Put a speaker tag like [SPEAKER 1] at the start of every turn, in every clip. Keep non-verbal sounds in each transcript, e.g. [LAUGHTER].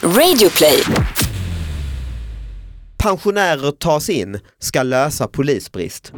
[SPEAKER 1] Radioplay.
[SPEAKER 2] Pensionärer tas in, ska lösa polisbrist.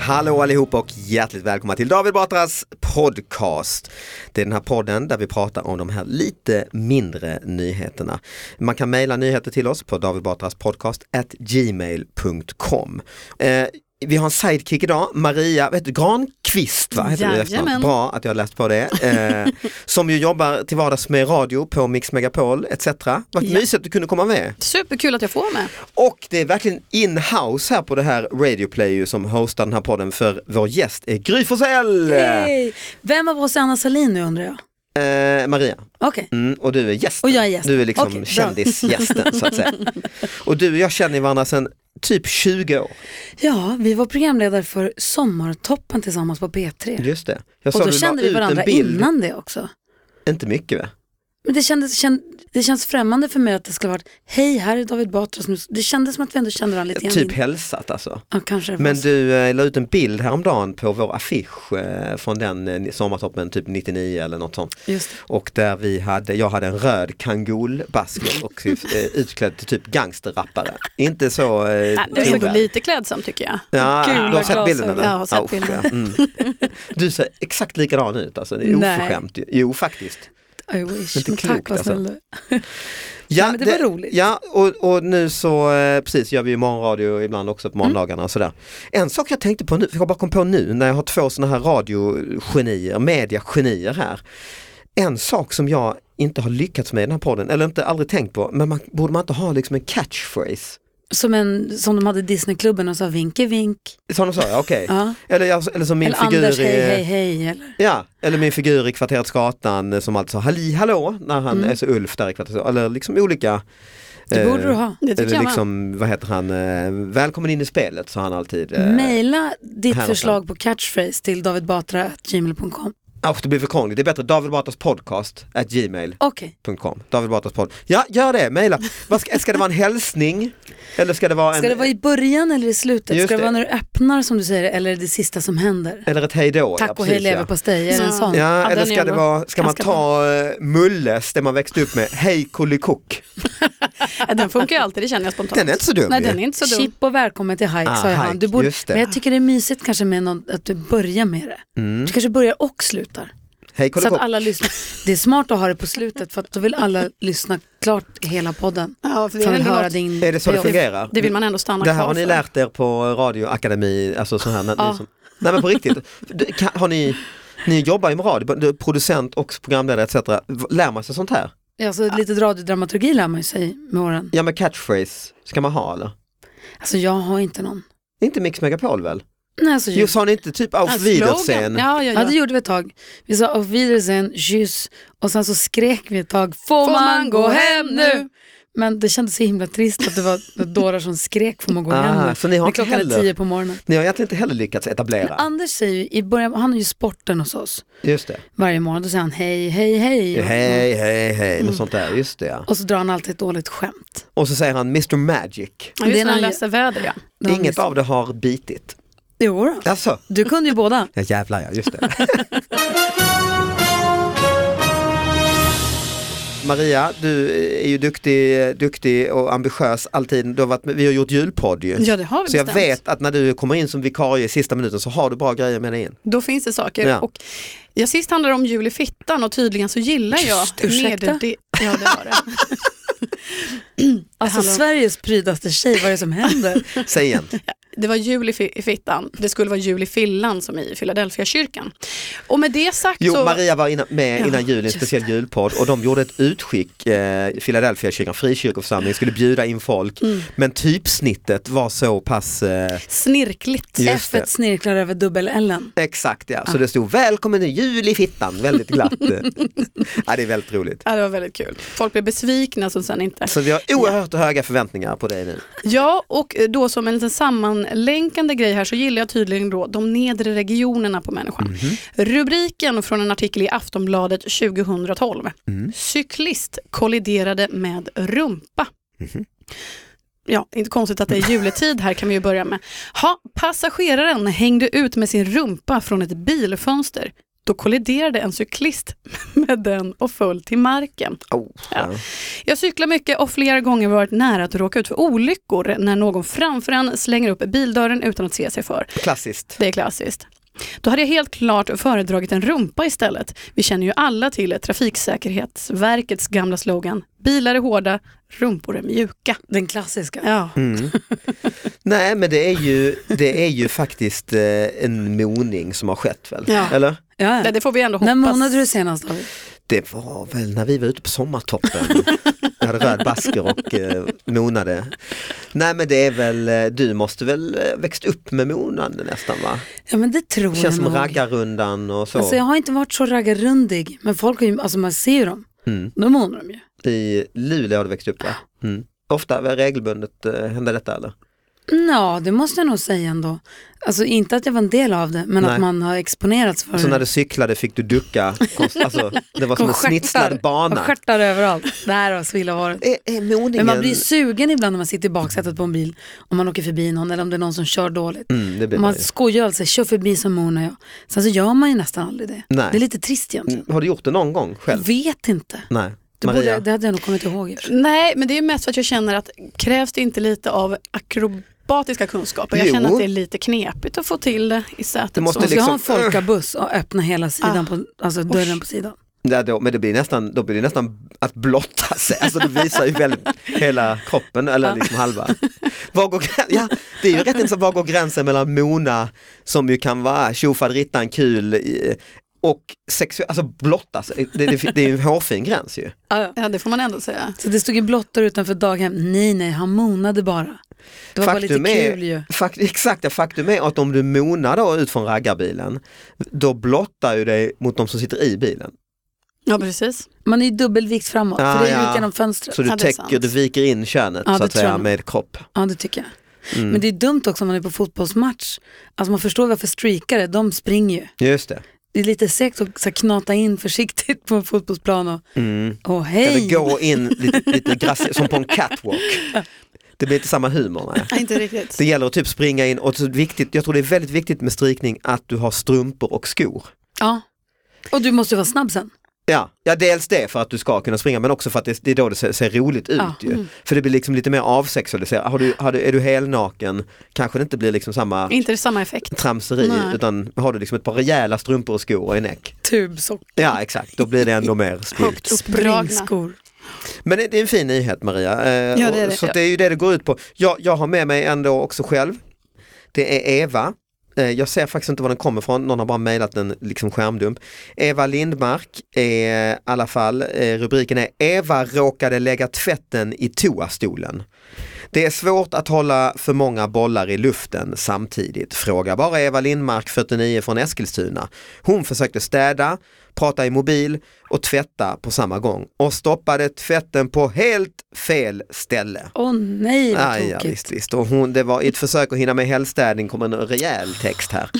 [SPEAKER 2] Hallå allihopa och hjärtligt välkomna till David Batras podcast. Det är den här podden där vi pratar om de här lite mindre nyheterna. Man kan mejla nyheter till oss på davidbatraspodcast@gmail.com. Eh, vi har en sidekick idag, Maria vet du, Granqvist va? Heter du i efternamn?
[SPEAKER 3] Jajamän.
[SPEAKER 2] Bra att jag har läst på det.
[SPEAKER 3] [LAUGHS]
[SPEAKER 2] Eh, som ju jobbar till vardags med radio på Mix Megapol etc. Vad
[SPEAKER 3] Ja.
[SPEAKER 2] mysigt att du kunde komma med.
[SPEAKER 3] Superkul att jag får vara med.
[SPEAKER 2] Och det är verkligen in-house här på det här Radio Play ju som hostar den här podden för vår gäst är Gry Forssell!
[SPEAKER 3] Yay. Vem av oss är Anna Salin nu undrar jag?
[SPEAKER 2] Eh, Maria,
[SPEAKER 3] Okej,
[SPEAKER 2] mm, och du är gästen.
[SPEAKER 3] Och jag är gästen.
[SPEAKER 2] Du är liksom
[SPEAKER 3] Okej, bra.
[SPEAKER 2] kändisgästen så att
[SPEAKER 3] [LAUGHS]
[SPEAKER 2] säga. Och du och jag känner varandra sedan typ 20 år.
[SPEAKER 3] ja vi var programledare för Sommartoppen tillsammans på B3.
[SPEAKER 2] Just det. Jag
[SPEAKER 3] Och
[SPEAKER 2] såg
[SPEAKER 3] då
[SPEAKER 2] du la
[SPEAKER 3] kände vi
[SPEAKER 2] ut en
[SPEAKER 3] varandra
[SPEAKER 2] bild.
[SPEAKER 3] innan det också.
[SPEAKER 2] Inte mycket va?
[SPEAKER 3] Men det, kändes, känd, det känns främmande för mig att det skulle ha varit, hej här är David Batra. som- Det kändes som att vi ändå kände varandra lite grann.
[SPEAKER 2] Typ
[SPEAKER 3] innan.
[SPEAKER 2] hälsat alltså.
[SPEAKER 3] Ja, kanske det var
[SPEAKER 2] Men
[SPEAKER 3] så.
[SPEAKER 2] du eh, la ut en bild häromdagen på vår affisch eh, från den eh, sommartoppen typ 99 eller något sånt.
[SPEAKER 3] Just det.
[SPEAKER 2] Och där vi hade, jag hade en röd kangolbasker och
[SPEAKER 3] [LAUGHS]
[SPEAKER 2] eh, utklädd till typ gangsterrappare. Inte så eh,
[SPEAKER 4] Det är ändå
[SPEAKER 2] trovärd.
[SPEAKER 4] lite klädsam tycker jag.
[SPEAKER 2] Ja,
[SPEAKER 4] Gula
[SPEAKER 2] du har sett
[SPEAKER 4] glasögon.
[SPEAKER 2] bilden eller?
[SPEAKER 3] Ja, jag har sett
[SPEAKER 2] Ah, usch,
[SPEAKER 3] bilden.
[SPEAKER 2] ja. Mm.
[SPEAKER 3] [LAUGHS]
[SPEAKER 2] Du ser exakt likadan ut alltså, det är
[SPEAKER 3] Nej.
[SPEAKER 2] oförskämt. ju. Jo faktiskt.
[SPEAKER 3] I wish.
[SPEAKER 2] Inte
[SPEAKER 3] Men
[SPEAKER 2] klokt,
[SPEAKER 3] tack vad
[SPEAKER 2] alltså.
[SPEAKER 3] snäll du.
[SPEAKER 2] Ja,
[SPEAKER 3] Nej, men det var roligt.
[SPEAKER 2] Ja, och, och nu så eh, precis gör vi ju morgonradio ibland också på
[SPEAKER 3] Mm.
[SPEAKER 2] morgondagarna och sådär. En sak jag tänkte på nu, för jag bara kom på nu när jag har två sådana här radiogenier, mediagenier här. En sak som jag inte har lyckats med i den här podden, eller inte aldrig tänkt på, men man, borde man inte ha liksom en catchphrase?
[SPEAKER 3] Som, en, som de hade i Disneyklubben och sa vinke vink.
[SPEAKER 2] Sådana sa jag, okej.
[SPEAKER 3] [LAUGHS] Ja.
[SPEAKER 2] Eller, jag- eller som min
[SPEAKER 3] Eller
[SPEAKER 2] figur
[SPEAKER 3] Anders
[SPEAKER 2] i...
[SPEAKER 3] hej hej hej. Eller,
[SPEAKER 2] Ja, eller min figur i Kvarteret Skatan eh, som alltid sa halli hallå när han
[SPEAKER 3] Mm.
[SPEAKER 2] är så Ulf där i Kvarteret Skatan. Eller liksom olika.
[SPEAKER 3] det borde du
[SPEAKER 2] eh,
[SPEAKER 3] ha.
[SPEAKER 4] Det tycker
[SPEAKER 2] Eller
[SPEAKER 4] jag
[SPEAKER 2] liksom, vad heter han, eh, välkommen in i spelet sa han alltid. eh.
[SPEAKER 3] Maila ditt
[SPEAKER 2] här
[SPEAKER 3] förslag på catchphrase till davidbatra.gmail.com.
[SPEAKER 2] Usch, det blir för krångligt, det är bättre David Batras podcast at gmail.com.
[SPEAKER 3] Okej,
[SPEAKER 2] David Batras podd. Ja, gör det, mejla. Vad Ska, ska det vara en hälsning? Eller ska det vara, en,
[SPEAKER 3] ska det vara i början eller i slutet?
[SPEAKER 2] Just
[SPEAKER 3] Ska det
[SPEAKER 2] det.
[SPEAKER 3] vara när du öppnar som du säger det, eller det sista som händer?
[SPEAKER 2] eller ett hej då?
[SPEAKER 3] Tack och hej leverpastej, är det en
[SPEAKER 4] Ja.
[SPEAKER 3] sån?
[SPEAKER 2] Ja, ja
[SPEAKER 4] den
[SPEAKER 2] eller
[SPEAKER 4] är
[SPEAKER 2] ska det
[SPEAKER 4] bra.
[SPEAKER 2] vara, ska man
[SPEAKER 3] Ganska
[SPEAKER 2] ta eh, Mulles, det man växte upp med, hej kullikock?
[SPEAKER 4] Ja, Den funkar ju alltid, det känner jag spontant.
[SPEAKER 2] Den är inte så dum
[SPEAKER 4] Nej,
[SPEAKER 2] ju.
[SPEAKER 4] den är inte så dum.
[SPEAKER 3] Chip och välkommen till Hike
[SPEAKER 2] Ah,
[SPEAKER 3] sa jag han.
[SPEAKER 2] Hike,
[SPEAKER 3] Du borde,
[SPEAKER 2] just det.
[SPEAKER 3] men jag tycker det är mysigt kanske med någon, att du börjar med det. Du kanske börjar och slutar.
[SPEAKER 2] Mm. Hej
[SPEAKER 3] Så att
[SPEAKER 2] kullikock.
[SPEAKER 3] alla lyssnar. Det är smart att ha det på slutet för att då vill alla lyssna klart hela podden.
[SPEAKER 4] Ja, för det
[SPEAKER 3] För
[SPEAKER 4] är
[SPEAKER 3] att
[SPEAKER 4] ändå
[SPEAKER 3] höra
[SPEAKER 4] något-
[SPEAKER 3] din
[SPEAKER 2] Är det så det fungerar?
[SPEAKER 4] Det vill man ändå stanna
[SPEAKER 2] Det
[SPEAKER 4] kvar
[SPEAKER 2] här har ni
[SPEAKER 4] för.
[SPEAKER 2] lärt er på radioakademi, alltså så här, när,
[SPEAKER 3] Ja.
[SPEAKER 2] ni som, nej men på riktigt, Du, kan, har ni, ni jobbar ju med radio, du är producent och programledare etc. V- Lär man sig sånt här?
[SPEAKER 3] Alltså, lite radiodramaturgi lär man ju sig med åren.
[SPEAKER 2] Ja men catchphrase ska man ha eller?
[SPEAKER 3] Alltså jag har inte någon.
[SPEAKER 2] Inte Mix Megapol väl?
[SPEAKER 3] Nej, alltså,
[SPEAKER 2] Jo sa ni inte typ
[SPEAKER 4] Ja,
[SPEAKER 2] auf Wiedersehen?
[SPEAKER 4] slogan. Ja, ja,
[SPEAKER 3] Ja, det
[SPEAKER 4] ja.
[SPEAKER 3] gjorde vi ett tag. Vi sa auf Wiedersehen, kyss och sen så skrek vi ett tag, får, man gå hem nu? Men det kändes så himla trist att det [LAUGHS] var dårar som skrek, får man gå hem
[SPEAKER 2] Ah,
[SPEAKER 3] nu?
[SPEAKER 2] så ni har
[SPEAKER 3] När
[SPEAKER 2] inte
[SPEAKER 3] klockan är
[SPEAKER 2] heller,
[SPEAKER 3] tio på morgonen.
[SPEAKER 2] ni har egentligen inte heller lyckats etablera?
[SPEAKER 3] Anders säger ju, i början, han är ju sporten hos oss
[SPEAKER 2] Just det,
[SPEAKER 3] varje morgon, då säger han hej, hej, hej.
[SPEAKER 2] hej hej hej, något sånt där, just det ja.
[SPEAKER 3] Och så drar han alltid ett dåligt skämt.
[SPEAKER 2] Och så säger han Mr Magic,
[SPEAKER 4] Ja, Just
[SPEAKER 3] Det är
[SPEAKER 4] när han
[SPEAKER 3] när-
[SPEAKER 4] läser väder ja.
[SPEAKER 3] Då har han
[SPEAKER 2] inget
[SPEAKER 3] visst-
[SPEAKER 2] av det har bitit.
[SPEAKER 3] Jo då.
[SPEAKER 2] Alltså,
[SPEAKER 3] Du kunde ju båda.
[SPEAKER 2] ja jävlar ja, just det. Maria, du är ju duktig, duktig och ambitiös alltid. Du har varit med, vi har gjort julpodd ju.
[SPEAKER 4] Ja, det har vi
[SPEAKER 2] så jag
[SPEAKER 4] bestämt.
[SPEAKER 2] vet att när du kommer in som vikarie i sista minuten så har du bra grejer med dig in.
[SPEAKER 4] Då finns det saker.
[SPEAKER 2] Ja.
[SPEAKER 4] Och, ja, sist handlade det om jul i fittan och tydligen så gillar jag
[SPEAKER 3] Just det, ursäkta.
[SPEAKER 4] medel- Ja, det var det.
[SPEAKER 3] [LAUGHS] Alltså
[SPEAKER 4] handlar om-
[SPEAKER 3] Sveriges prydaste tjej, vad är det som [LAUGHS] händer?
[SPEAKER 2] Säg
[SPEAKER 4] [LAUGHS]
[SPEAKER 2] igen.
[SPEAKER 4] Det var jul i fi- i fittan. Det skulle vara jul i fillan som i Philadelphia kyrkan. Och med det sagt
[SPEAKER 2] Jo,
[SPEAKER 4] så...
[SPEAKER 2] Maria var innan, med
[SPEAKER 4] Ja,
[SPEAKER 2] innan jul i en
[SPEAKER 4] just
[SPEAKER 2] speciell julpodd och de gjorde ett utskick, eh, Philadelphia kyrkan, frikyrkoförsamling, skulle bjuda in folk.
[SPEAKER 4] Mm.
[SPEAKER 2] Men typsnittet var så pass eh,
[SPEAKER 4] Snirkligt.
[SPEAKER 2] Just det.
[SPEAKER 3] F1 snirklar över dubbel-L.
[SPEAKER 2] Exakt ja, så
[SPEAKER 4] Ah.
[SPEAKER 2] det stod välkommen i jul i fittan, väldigt
[SPEAKER 4] [LAUGHS]
[SPEAKER 2] glatt. ja, det är väldigt roligt.
[SPEAKER 4] Ja, det var väldigt kul. Folk blev besvikna som sen inte...
[SPEAKER 2] Så vi har oerhört höga förväntningar på dig nu.
[SPEAKER 4] Ja, och eh, då som en liten sammanlänkande grej här så gillar jag tydligen då de nedre regionerna på människan. Rubriken från en artikel i Aftonbladet 2012. Cyklist kolliderade med rumpa. ja, inte konstigt att det är juletid här kan vi ju börja med. Ha, passageraren hängde ut med sin rumpa från ett bilfönster. Då kolliderade en cyklist [LAUGHS] med den och föll till marken.
[SPEAKER 2] Oh,
[SPEAKER 4] Ja. Jag cyklar mycket och flera gånger varit nära att råka ut för olyckor när någon framför en slänger upp bildörren utan att se sig för.
[SPEAKER 2] Klassiskt.
[SPEAKER 4] Det är klassiskt. Då hade jag helt klart föredragit en rumpa istället. Vi känner ju alla till Trafiksäkerhetsverkets gamla slogan Bilar är hårda, rumpor är mjuka.
[SPEAKER 3] Den klassiska.
[SPEAKER 4] Ja.
[SPEAKER 2] Mm. Nej men det är ju, det är ju faktiskt eh, en moning som har skett väl?
[SPEAKER 4] Ja.
[SPEAKER 2] Eller?
[SPEAKER 3] Ja,
[SPEAKER 4] Det,
[SPEAKER 3] ja.
[SPEAKER 4] det får vi ändå hoppas.
[SPEAKER 3] När månade du senast David?
[SPEAKER 2] Det var väl när vi var ute på sommartoppen. Jag hade röd basker och eh, monade. Nej men det är väl, eh, du måste väl eh, växt upp med monande nästan va?
[SPEAKER 3] Ja men det tror
[SPEAKER 2] Känns
[SPEAKER 3] jag
[SPEAKER 2] som
[SPEAKER 3] nog.
[SPEAKER 2] raggarrundan och så
[SPEAKER 3] Alltså jag har inte varit så raggarrundig, men folk har ju, alltså man ser ju dem.
[SPEAKER 2] Mm.
[SPEAKER 3] De undrar de ju.
[SPEAKER 2] i Luleå har du växt upp va? Mm. Ofta väl regelbundet eh, händer detta eller?
[SPEAKER 3] Ja, det måste jag nog säga ändå. Alltså inte att jag var en del av det, men
[SPEAKER 2] Nej.
[SPEAKER 3] att man har exponerats för
[SPEAKER 2] Så Alltså, när
[SPEAKER 3] det.
[SPEAKER 2] du cyklade fick du
[SPEAKER 3] [LAUGHS]
[SPEAKER 2] ducka, konst, alltså, det var som
[SPEAKER 3] Och
[SPEAKER 2] en
[SPEAKER 3] stjärtar.
[SPEAKER 2] snitslad
[SPEAKER 3] Och
[SPEAKER 2] bana.
[SPEAKER 3] stjärtar överallt. [LAUGHS] Där har Svilla varit.
[SPEAKER 2] Är, är
[SPEAKER 3] Men
[SPEAKER 2] moningen...
[SPEAKER 3] man blir ju sugen ibland när man sitter i baksätet på en bil, om man åker förbi någon eller om det är någon som kör dåligt.
[SPEAKER 2] mm, det blir man
[SPEAKER 3] Man skojar alltså, kör förbi som Mona jag. Sen så gör man ju nästan aldrig det.
[SPEAKER 2] Nej.
[SPEAKER 3] Det är lite trist egentligen.
[SPEAKER 2] ju. Mm, Har du gjort det någon gång själv?
[SPEAKER 3] Vet inte.
[SPEAKER 2] Nej.
[SPEAKER 3] Det,
[SPEAKER 2] Maria?
[SPEAKER 3] borde, det hade jag nog kommit ihåg. i och för sig.
[SPEAKER 4] Nej, men det är mest för att jag känner att krävs det inte lite av akrobatiska kunskaper? Jag
[SPEAKER 2] Jo.
[SPEAKER 4] känner att det är lite knepigt att få till det i sätet.
[SPEAKER 2] Det måste
[SPEAKER 4] så.
[SPEAKER 3] Man ska
[SPEAKER 2] liksom- Ah.
[SPEAKER 3] ha en folkabuss och öppna hela sidan på, alltså dörren på sidan.
[SPEAKER 2] Ja, då, men det blir nästan, då blir det nästan att blotta sig, alltså du visar ju väldigt hela kroppen eller liksom halva. Var går, grän- ja, det är ju rätt intressant, var går gränsen mellan Mona som ju kan vara tjofaderittan, kul i- och sexuell, alltså blotta sig, det, det, det är ju en hårfin gräns ju.
[SPEAKER 4] Ja, det får man ändå säga.
[SPEAKER 3] Så det stod en blottare utanför daghem. Nej, nej, han monade bara. Det var bara lite
[SPEAKER 2] är,
[SPEAKER 3] kul ju.
[SPEAKER 2] Fakt, exakt, ja, faktum är att om du monar då ut från raggarbilen, då blottar ju dig mot de som sitter i bilen.
[SPEAKER 4] Ja, precis.
[SPEAKER 3] Man är ju dubbelvikt framåt,
[SPEAKER 2] Ah,
[SPEAKER 3] för det är
[SPEAKER 2] ja.
[SPEAKER 3] ut genom fönstret.
[SPEAKER 2] Så du
[SPEAKER 4] Ja, det är
[SPEAKER 2] täcker,
[SPEAKER 4] sant.
[SPEAKER 2] du viker in könet
[SPEAKER 3] Ja,
[SPEAKER 2] så
[SPEAKER 3] det
[SPEAKER 2] att
[SPEAKER 3] tror
[SPEAKER 2] säga
[SPEAKER 3] jag.
[SPEAKER 2] med kropp.
[SPEAKER 3] Ja, det tycker jag.
[SPEAKER 2] Mm.
[SPEAKER 3] Men det är dumt också om man är på fotbollsmatch. Alltså man förstår varför streakare, de springer ju.
[SPEAKER 2] Just det.
[SPEAKER 3] Det är lite segt att så här, knata in försiktigt på en fotbollsplan och,
[SPEAKER 2] Mm.
[SPEAKER 3] och
[SPEAKER 2] Eller
[SPEAKER 3] hej.
[SPEAKER 2] gå in lite, lite grass, som på en catwalk. Det blir inte samma humor. Nej.
[SPEAKER 4] Nej, inte riktigt.
[SPEAKER 2] Det gäller att typ springa in och så viktigt, jag tror det är väldigt viktigt med strykning att du har strumpor och skor.
[SPEAKER 3] Ja. Och du måste ju vara snabb sen.
[SPEAKER 2] Ja, ja, dels det för att du ska kunna springa men också för att det, det är då det ser, ser roligt ut.
[SPEAKER 3] Ja.
[SPEAKER 2] Ju. För det blir liksom lite mer avsexualiserat. Har du, har du, är du helnaken kanske det inte blir liksom samma
[SPEAKER 4] [LAUGHS] Inte samma effekt.
[SPEAKER 2] tramseri
[SPEAKER 4] Mm. Nej.
[SPEAKER 2] utan har du liksom ett par rejäla strumpor och skor och en näck.
[SPEAKER 3] Tubsock,
[SPEAKER 2] Ja exakt, då blir det ändå mer stilt.
[SPEAKER 4] Högt uppdragna.
[SPEAKER 3] springskor.
[SPEAKER 2] Men det är en fin nyhet Maria. Eh,
[SPEAKER 4] Ja, det är
[SPEAKER 2] och-
[SPEAKER 4] det.
[SPEAKER 2] Så det är ju det det går ut på. Jag, jag har med mig en då också själv. Det är Eva. Eh, Jag ser faktiskt inte var den kommer ifrån, någon har bara mejlat en liksom skärmdump. Eva Lindmark är i alla fall, eh, rubriken är Eva råkade lägga tvätten i toastolen. Det är svårt att hålla för många bollar i luften samtidigt. Fråga bara Eva Lindmark, 49 från Eskilstuna. Hon försökte städa, prata i mobil och tvätta på samma gång och stoppade tvätten på helt fel ställe.
[SPEAKER 3] Åh nej vad
[SPEAKER 2] Ah, ja,
[SPEAKER 3] tokigt.
[SPEAKER 2] visst, visst. Och hon, det var i ett försök att hinna med helgstädning kom en rejäl text här.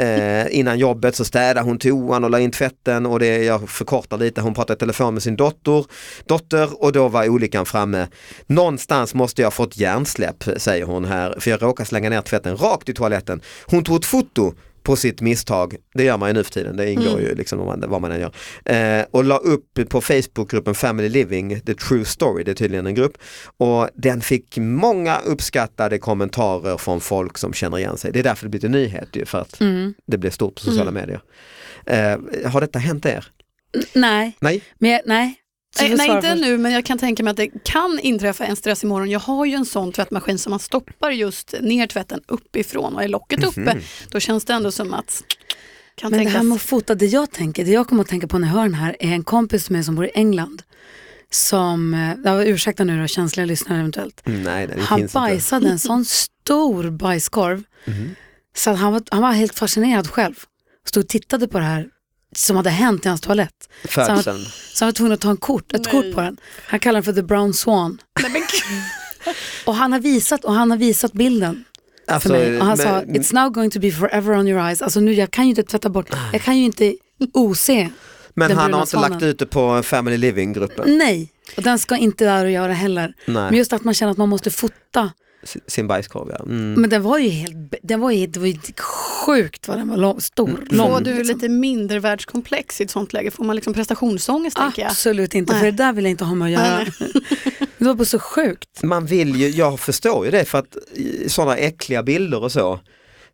[SPEAKER 2] Eh, innan jobbet så städade hon toan och la in tvätten och det, jag förkortar lite, hon pratade i telefon med sin dotter, dotter och då var olyckan framme. Någonstans måste jag fått hjärnsläpp säger hon här för jag råkar slänga ner tvätten rakt i toaletten. Hon tog ett foto på sitt misstag, det gör man ju nu för tiden, det ingår ju liksom vad man, vad man än gör. Eh, och la upp på Facebookgruppen Family Living, The True Story, det är tydligen en grupp. Och den fick många uppskattade kommentarer från folk som känner igen sig. Det är därför det blivit en nyhet ju, för att
[SPEAKER 3] Mm.
[SPEAKER 2] det blev stort på sociala medier. Eh, har detta hänt er?
[SPEAKER 3] Nej,
[SPEAKER 2] Nej?
[SPEAKER 3] men jag, nej. Så
[SPEAKER 4] Nej,
[SPEAKER 3] får
[SPEAKER 4] nej,
[SPEAKER 3] svara
[SPEAKER 4] inte
[SPEAKER 3] först.
[SPEAKER 4] ännu, men jag kan tänka mig att det kan inträffa en stress imorgon. Jag har ju en sån tvättmaskin som man stoppar just ner tvätten uppifrån och är
[SPEAKER 2] Mhm.
[SPEAKER 4] locket uppe. Då känns det ändå som att kan
[SPEAKER 3] Men det
[SPEAKER 4] tänkas...
[SPEAKER 3] här med att fota, det jag tänker, det jag kommer att tänka på när jag hör den här är en kompis med som bor i England. Som, eh, ja, ursäkta nu då, känsliga lyssnare eventuellt.
[SPEAKER 2] Mm, Nej, det
[SPEAKER 3] Han
[SPEAKER 2] finns inte. Mhm.
[SPEAKER 3] bajsade en sån stor bajskorv. Så att han, var, han var helt fascinerad själv. Stod och tittade på det här som hade hänt i hans toalett.
[SPEAKER 2] Födseln.
[SPEAKER 3] Så han var tvungen att ta en kort, ett
[SPEAKER 4] Nej.
[SPEAKER 3] kort på den. Han kallar den för The Brown Swan.
[SPEAKER 4] Nej, men gud.
[SPEAKER 3] [LAUGHS] Och han har visat, och han har visat bilden för
[SPEAKER 2] Alltså,
[SPEAKER 3] mig. Och han sa,
[SPEAKER 2] men-
[SPEAKER 3] it's now going to be forever on your eyes. Alltså nu, jag kan ju inte tvätta bort,
[SPEAKER 2] Ah.
[SPEAKER 3] jag kan ju inte ose.
[SPEAKER 2] men
[SPEAKER 3] den
[SPEAKER 2] han har
[SPEAKER 3] bruna
[SPEAKER 2] inte lagt
[SPEAKER 3] svanen.
[SPEAKER 2] ut det på Family Living-gruppen.
[SPEAKER 3] Nej, Och den ska inte där och göra heller. Mm. Men
[SPEAKER 2] Nej, Mm.
[SPEAKER 3] just att man känner att man måste fota.
[SPEAKER 2] s- sin bajskorv ja. Mm.
[SPEAKER 3] Men den var ju helt, b- den var ju, det var ju sjukt vad den var lång, stor.
[SPEAKER 2] Mm.
[SPEAKER 3] Lång,
[SPEAKER 4] Får du
[SPEAKER 3] liksom.
[SPEAKER 4] lite mindre världskomplex i ett sånt läge? Får man liksom prestationsångest
[SPEAKER 3] Ah.
[SPEAKER 4] tänker jag?
[SPEAKER 3] Absolut inte, för
[SPEAKER 4] Nej.
[SPEAKER 3] det där vill jag inte ha med att göra.
[SPEAKER 4] Nej,
[SPEAKER 3] [LAUGHS] det var bara så sjukt.
[SPEAKER 2] Man vill ju, jag förstår ju det för att i- sådana äckliga bilder och så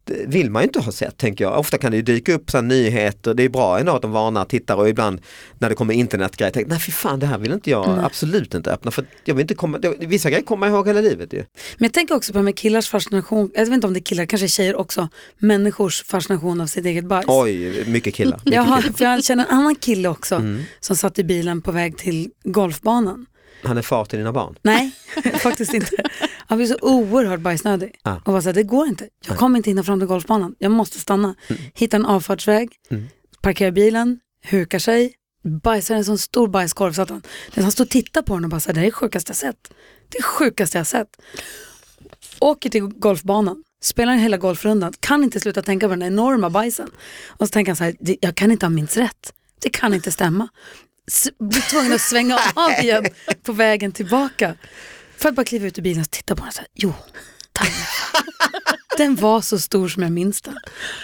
[SPEAKER 2] det vill man ju inte ha sett tänker jag. Ofta kan det ju dyka upp så här nyheter, det är bra ändå att de varnar tittare och ibland när det kommer internetgrejer, tänker jag, nej fy fan det här vill inte jag
[SPEAKER 3] Nej. absolut
[SPEAKER 2] absolut inte öppna för jag vill inte komma, vissa grejer kommer jag ihåg hela livet ju.
[SPEAKER 3] Men jag tänker också på det här med killars fascination, jag vet inte om det är killar, kanske tjejer också, människors fascination av sitt eget bajs.
[SPEAKER 2] Oj, mycket killar. [LAUGHS] Mycket
[SPEAKER 3] jag, har,
[SPEAKER 2] killar.
[SPEAKER 3] för jag känner en annan kille också
[SPEAKER 2] Mm.
[SPEAKER 3] som satt i bilen på väg till golfbanan.
[SPEAKER 2] Han är far till dina barn.
[SPEAKER 3] Nej, [LAUGHS] faktiskt inte. Han blev så oerhört bajsnödig
[SPEAKER 2] Ah.
[SPEAKER 3] och var så här, det går inte. Jag kommer inte hinna fram till golfbanan. Jag måste stanna. Hittar en avfartsväg,
[SPEAKER 2] Mm.
[SPEAKER 3] parkerar bilen, hukar sig, bajsar en sån stor bajskorv så att han, han står och tittar på den och bara så här, det här är det sjukaste jag sett. Det är det sjukaste jag sett. Åker till golfbanan, spelar hela golfrundan, kan inte sluta tänka på den enorma bajsen. Och så tänker han så här, "Det- jag kan inte ha minst rätt. Det kan inte stämma. S- Blir tvungen att svänga av igen på vägen tillbaka. För att bara kliva ut ur bilen och titta på den så här, jo, tack. Den var så stor som jag minns den.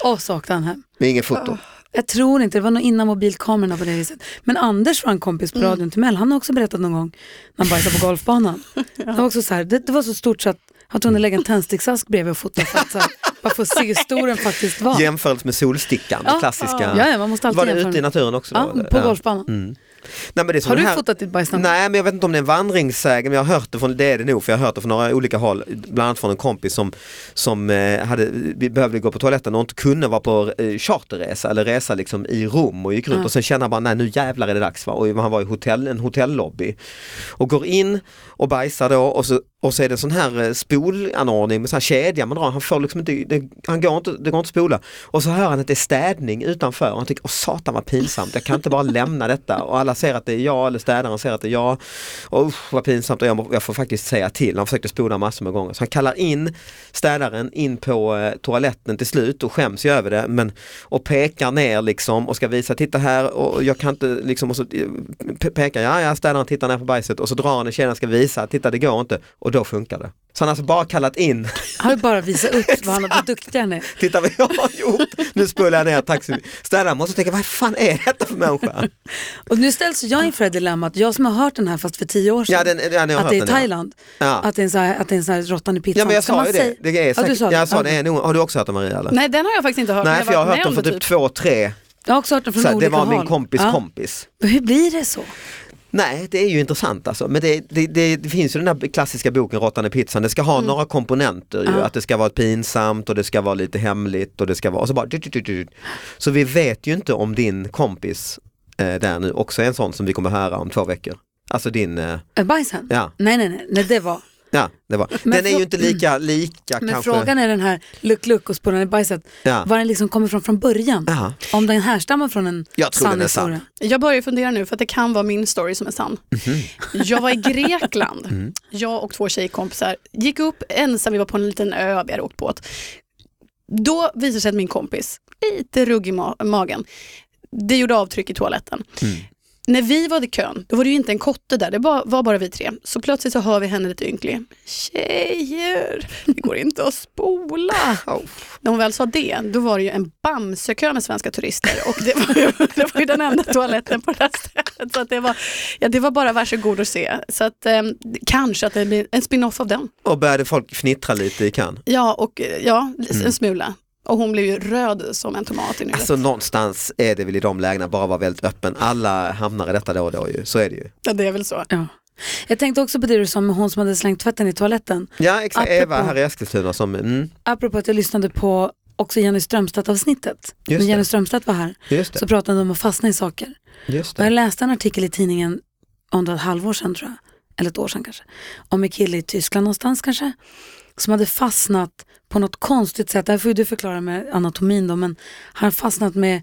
[SPEAKER 3] Och så åkte han hem.
[SPEAKER 2] Men inget foto.
[SPEAKER 3] Jag tror inte, det var nog innan mobilkamerorna på det viset. Men Anders, vår kompis på radion till Mell, han har också berättat någon gång när han bajsade på golfbanan. Det, var också så här, det, det var så stort så att han tvungen att lägga en tändsticksask bredvid och fota för att så här, bara få se hur stor den faktiskt var.
[SPEAKER 2] Jämfört med solstickan,
[SPEAKER 3] Ja.
[SPEAKER 2] det klassiska.
[SPEAKER 3] Ja, ja, man måste alltid
[SPEAKER 2] Var det
[SPEAKER 3] jämföra
[SPEAKER 2] ute i
[SPEAKER 3] med-
[SPEAKER 2] naturen också? då,
[SPEAKER 3] Ja,
[SPEAKER 2] eller?
[SPEAKER 3] på
[SPEAKER 2] Ja.
[SPEAKER 3] golfbanan.
[SPEAKER 2] Nej, men det är som
[SPEAKER 3] Har du
[SPEAKER 2] den här...
[SPEAKER 3] fotat ditt bajs någon gång?
[SPEAKER 2] Nej men jag vet inte om det är en vandringssägen men jag har hört det från, det är det nog för jag har hört det från några olika håll, bland annat från en kompis som, som eh, hade, vi behövde gå på toaletten och inte kunde vara på eh, charterresa eller resa liksom i Rom och gick runt
[SPEAKER 3] Ja.
[SPEAKER 2] och sen känner han bara nej nu jävlar är det dags va och han var i hotell, en hotellobby och går in och bajsar då och så, och så är det en sån här eh, spolanordning med sån här kedja man drar, han får liksom inte, det, han går inte, det går inte att spola. Och så hör han att det är städning utanför och han tycker, åh satan vad pinsamt, jag kan inte bara lämna detta och alla ser att det är jag eller städaren ser att det är jag. Och usch vad pinsamt och jag, må- jag får faktiskt säga till, han försökte spola massor med gånger. Så han kallar in städaren in på eh, toaletten till slut och skäms ju över det men, och pekar ner liksom och ska visa, titta här och jag kan inte liksom, och så eh, pe- pekar, ja ja städaren tittar ner på bajset och så drar han en kedja och ska visa, titta det går inte och då funkar det. Så han har alltså bara kallat in [LAUGHS]
[SPEAKER 3] Han har ju bara visat upp vad han vad duktig han är.
[SPEAKER 2] Titta vad jag har gjort, nu spolar jag ner taxin. Städaren måste tänka, vad fan är detta för människa?
[SPEAKER 3] Och nu ställs jag inför ett dilemma, att jag som har hört den här fast för tio år sedan,
[SPEAKER 2] Ja, den, ja, ni har
[SPEAKER 3] att
[SPEAKER 2] hört
[SPEAKER 3] det är i
[SPEAKER 2] den, ja.
[SPEAKER 3] Thailand,
[SPEAKER 2] Ja.
[SPEAKER 3] att det är en sån här, att det är en sån här råttan i pizzan.
[SPEAKER 2] ja men jag
[SPEAKER 3] Ska
[SPEAKER 2] sa
[SPEAKER 3] man
[SPEAKER 2] ju
[SPEAKER 3] säga-
[SPEAKER 2] det, det är
[SPEAKER 3] Ja, du
[SPEAKER 2] säkert,
[SPEAKER 3] sa
[SPEAKER 2] ja,
[SPEAKER 3] det.
[SPEAKER 2] jag sa
[SPEAKER 3] Ja.
[SPEAKER 2] det är nog, har du också hört det Maria? Eller?
[SPEAKER 4] Nej, den har jag faktiskt inte hört. men
[SPEAKER 2] Nej för jag har
[SPEAKER 4] varit
[SPEAKER 2] hört
[SPEAKER 4] med
[SPEAKER 2] dem
[SPEAKER 4] om
[SPEAKER 2] för
[SPEAKER 4] det
[SPEAKER 2] typ två, tre,
[SPEAKER 3] Jag har också hört den från
[SPEAKER 2] så här,
[SPEAKER 3] olika
[SPEAKER 2] det var
[SPEAKER 3] håll.
[SPEAKER 2] min kompis
[SPEAKER 3] Ja.
[SPEAKER 2] kompis.
[SPEAKER 3] Men Hur blir det så?
[SPEAKER 2] Nej det är ju intressant alltså, men det, det, det, det finns ju den här klassiska boken Råttan i pizzan, det ska ha några komponenter ju,
[SPEAKER 3] Mm. Ja.
[SPEAKER 2] att det ska vara pinsamt och det ska vara lite hemligt och det ska vara, och så bara Så vi vet ju inte om din kompis eh, där nu också är en sån som vi kommer höra om två veckor. Alltså din, eh,
[SPEAKER 3] Äh, Bajsen?
[SPEAKER 2] ja.
[SPEAKER 3] Nej, nej, nej, nej, det var.
[SPEAKER 2] Ja, det var.
[SPEAKER 3] Men
[SPEAKER 2] den är
[SPEAKER 3] frå-
[SPEAKER 2] ju inte lika, lika
[SPEAKER 3] Men
[SPEAKER 2] kanske.
[SPEAKER 3] frågan är den här luck luck och spolarna i bajset,
[SPEAKER 2] Ja.
[SPEAKER 3] var den liksom kommer från från början?
[SPEAKER 2] Jaha.
[SPEAKER 3] Om den härstammar från en
[SPEAKER 2] Jag tror den är sann.
[SPEAKER 3] historia.
[SPEAKER 4] Jag börjar ju fundera nu för att det kan vara min story som är sann. Jag var i Grekland. Jag och två tjejkompisar gick upp ensam, vi var på en liten ö vi hade åkt båt. Då visade sig att min kompis, lite rugg i ma- magen, det gjorde avtryck i toaletten. När vi var i kön, då var det ju inte en kotte där, det var, var bara vi tre. Så plötsligt så hör vi henne lite ynklig. Tjejer, det går inte att spola. När hon väl sa det, då var det ju en bamsekö med svenska turister och det var ju, [LAUGHS] det var ju den enda toaletten på det här stället. Så att det, var, ja, det var bara varsågod och se. Så att, eh, kanske att det blir en spin-off av den.
[SPEAKER 2] Och började folk fnittra lite i kan.
[SPEAKER 4] Ja, och eh, ja, en smula. Och hon blev ju röd som en tomat i nuet.
[SPEAKER 2] Mm. Alltså någonstans är det väl i de lägena bara vara väldigt öppen. Alla hamnar i detta då och då ju, så är det ju.
[SPEAKER 4] Ja, det är väl så.
[SPEAKER 3] Ja. Jag tänkte också på det du sa med hon som hade slängt tvätten i toaletten.
[SPEAKER 2] Ja exakt,
[SPEAKER 3] Apropå-
[SPEAKER 2] Eva här i Eskilstuna som, mm,
[SPEAKER 3] Apropå att jag lyssnade på också Jenny Strömstedt avsnittet. När
[SPEAKER 2] det.
[SPEAKER 3] Jenny Strömstedt var här
[SPEAKER 2] just det.
[SPEAKER 3] så pratade de om att fastna i saker.
[SPEAKER 2] Just
[SPEAKER 3] Och jag
[SPEAKER 2] det.
[SPEAKER 3] läste en artikel i tidningen om det var ett halvår sedan tror jag, eller ett år sedan kanske, om en kille i Tyskland någonstans kanske, som hade fastnat på något konstigt sätt, det här får ju du förklara med anatomin då, men han fastnat med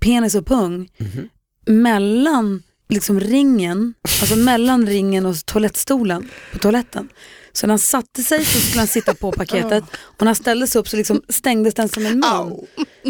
[SPEAKER 3] penis och pung
[SPEAKER 2] Mhm.
[SPEAKER 3] mellan liksom ringen, alltså mellan ringen och toalettstolen på toaletten. Så när han satte sig så skulle han sitta på paketet och när han ställde sig upp så liksom stängdes den som en mun.
[SPEAKER 2] Au.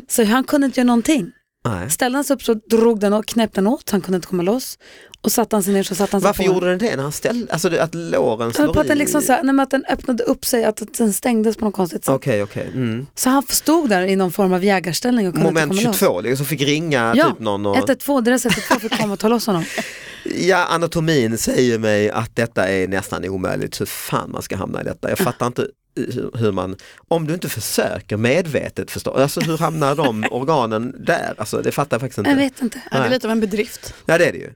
[SPEAKER 3] Så han kunde inte göra någonting.
[SPEAKER 2] Nej.
[SPEAKER 3] Ställde han sig upp så drog den och knäppte den åt, han kunde inte komma loss. Och satte han sig ner så satte han sig
[SPEAKER 2] Varför
[SPEAKER 3] på
[SPEAKER 2] gjorde den det när han ställde, alltså det- att låren
[SPEAKER 3] den. Ja, På
[SPEAKER 2] slår
[SPEAKER 3] att den
[SPEAKER 2] i?
[SPEAKER 3] liksom så här, nej, men att den öppnade upp sig, att, att den stängdes på något konstigt sätt.
[SPEAKER 2] Okej, okej. Mm.
[SPEAKER 3] Så han stod där i någon form av jägarställning och kunde
[SPEAKER 2] Moment
[SPEAKER 3] inte komma
[SPEAKER 2] 22, liksom fick ringa
[SPEAKER 3] Ja,
[SPEAKER 2] typ någon och...
[SPEAKER 3] loss. 112, deras 112 fick komma och ta loss honom.
[SPEAKER 2] [LAUGHS] Ja, anatomin säger mig att detta är nästan omöjligt, hur fan man ska hamna i detta. Jag fattar inte hur- hur man, om du inte försöker medvetet förstå, alltså hur hamnar de organen där? Alltså det fattar jag faktiskt
[SPEAKER 3] Jag
[SPEAKER 2] inte.
[SPEAKER 3] vet inte.
[SPEAKER 4] Ja, det är
[SPEAKER 2] Nej.
[SPEAKER 4] lite av en bedrift.
[SPEAKER 2] Ja det är det ju.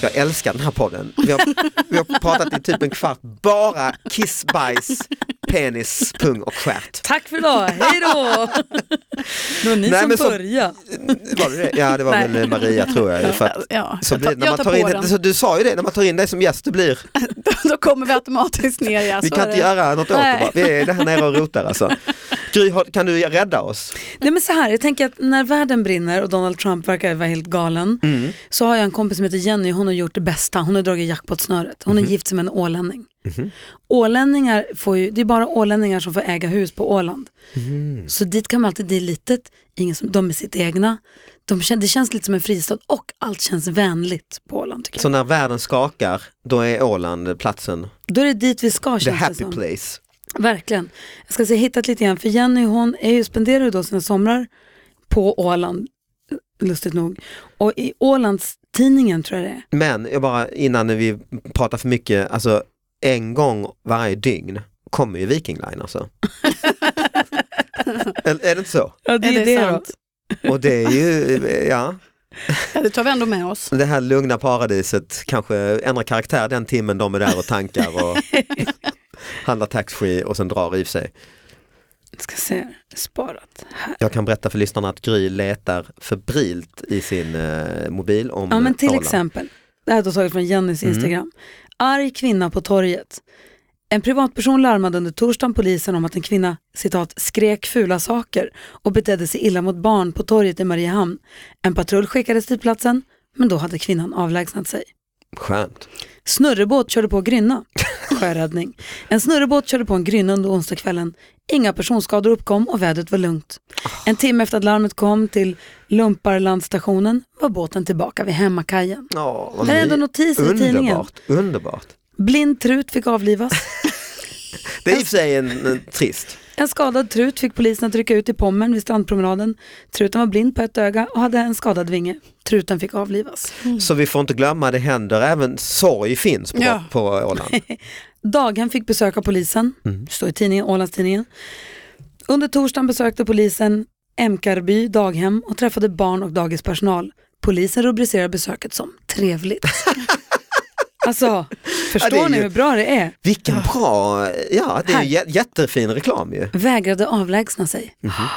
[SPEAKER 2] Jag älskar den här podden. Vi har, vi har pratat i typ en kvart bara kiss, bajs, penis, pung och stjärt.
[SPEAKER 3] Tack för idag, hej
[SPEAKER 2] [LAUGHS]
[SPEAKER 3] då! Det var ni
[SPEAKER 2] Nej,
[SPEAKER 3] som
[SPEAKER 2] men så-
[SPEAKER 3] började.
[SPEAKER 2] Var det det? Ja det var
[SPEAKER 3] Nej.
[SPEAKER 2] väl Maria tror jag. För att,
[SPEAKER 4] Ja,
[SPEAKER 2] så
[SPEAKER 4] jag tar,
[SPEAKER 2] blir, när
[SPEAKER 4] jag
[SPEAKER 2] man
[SPEAKER 4] tar
[SPEAKER 2] tar in,
[SPEAKER 4] på den.
[SPEAKER 2] det- så du sa ju det, när man tar in dig som gäst, det blir
[SPEAKER 4] [LAUGHS] Då kommer vi automatiskt ner. Ja,
[SPEAKER 2] Vi
[SPEAKER 4] så
[SPEAKER 2] kan
[SPEAKER 4] är
[SPEAKER 2] inte
[SPEAKER 4] det.
[SPEAKER 2] göra något åt det
[SPEAKER 4] Nej.
[SPEAKER 2] bara. Vi är där nere och rotar alltså. Gry, har- kan du rädda oss?
[SPEAKER 3] Nej men så här, jag tänker att när världen brinner och Donald Trump verkar vara helt galen
[SPEAKER 2] Mm.
[SPEAKER 3] så har jag en kompis som heter Jenny, hon har gjort det bästa, hon har dragit jackpot-snöret. Hon
[SPEAKER 2] Mhm.
[SPEAKER 3] är gift som en ålänning. Ålänningar får ju, det är bara ålänningar som får äga hus på Åland.
[SPEAKER 2] Mhm.
[SPEAKER 3] Så dit kan man alltid, det är litet, ingen som, de är sitt egna. De, kän- det känns lite som en fristad och allt känns vänligt på Åland tycker jag.
[SPEAKER 2] Så när världen skakar, då är Åland platsen,
[SPEAKER 3] Då är det dit vi ska
[SPEAKER 2] the
[SPEAKER 3] känns det
[SPEAKER 2] happy
[SPEAKER 3] som.
[SPEAKER 2] place.
[SPEAKER 3] Verkligen. Jag ska se, hittat lite grann, för Jenny hon är ju, spenderar ju då sina somrar på Åland, lustigt nog. Och i Ålands tidningen tror
[SPEAKER 4] [LAUGHS]
[SPEAKER 3] jag det är.
[SPEAKER 2] Men jag bara, innan vi pratar för mycket, alltså en gång varje dygn kommer ju Viking Line alltså. Eller är det inte så?
[SPEAKER 3] Ja,
[SPEAKER 4] Är det sant?
[SPEAKER 2] Och det är ju, [LAUGHS] ja,
[SPEAKER 4] Ja, det tar vi ändå med oss.
[SPEAKER 2] det här lugna paradiset kanske ändrar karaktär den timmen de är där och tankar och
[SPEAKER 3] [LAUGHS]
[SPEAKER 2] handlar taxfree och sen drar i sig.
[SPEAKER 3] Ska se, här. sparat.
[SPEAKER 2] Jag kan berätta för lyssnarna att Gry letar febrilt i sin eh, mobil om
[SPEAKER 3] Ja men till
[SPEAKER 2] Åland.
[SPEAKER 3] exempel, det här är då taget från Jennys Instagram. Arg kvinna på torget. En privatperson larmade under torsdagen polisen om att en kvinna citat, skrek fula saker och betedde sig illa mot barn på torget i Mariehamn. En patrull skickades till platsen, men då hade kvinnan avlägsnat sig.
[SPEAKER 2] Skönt.
[SPEAKER 3] Snurrebåt körde på grynna. Sjöräddning. En snurrebåt körde på en grynna under onsdagskvällen. Inga personskador uppkom och vädret var lugnt. En timme efter att larmet kom till Lumparlandstationen var båten tillbaka vid hemmakajen.
[SPEAKER 2] Ja, vad
[SPEAKER 3] Det är ändå
[SPEAKER 2] my-
[SPEAKER 3] notis i tidningen.
[SPEAKER 2] underbart, underbart.
[SPEAKER 3] Blind trut fick avlivas.
[SPEAKER 2] Det är i och för sig en, en trist.
[SPEAKER 3] En skadad trut fick polisen att rycka ut i Pommern vid strandpromenaden. Truten var blind på ett öga och hade en skadad vinge. Truten fick avlivas.
[SPEAKER 2] Så vi får inte glömma, det händer även sorg finns på,
[SPEAKER 4] Ja.
[SPEAKER 2] på
[SPEAKER 4] [LAUGHS]
[SPEAKER 2] Åland.
[SPEAKER 3] Daghem fick besöka polisen,
[SPEAKER 2] Mm.
[SPEAKER 3] Det står i tidningen, Ålandstidningen. Under torsdagen besökte polisen Emkarby daghem och träffade barn och dagispersonal. Polisen rubricerar besöket som
[SPEAKER 2] [LAUGHS]
[SPEAKER 3] trevligt. alltså, förstår
[SPEAKER 2] Ja, det är
[SPEAKER 3] ni
[SPEAKER 2] ju-
[SPEAKER 3] hur bra det är?
[SPEAKER 2] Vilken bra, ja det är
[SPEAKER 3] Här.
[SPEAKER 2] ju jä- jättefin reklam ju.
[SPEAKER 3] Vägrade avlägsna sig.
[SPEAKER 2] Mhm.
[SPEAKER 3] Ah,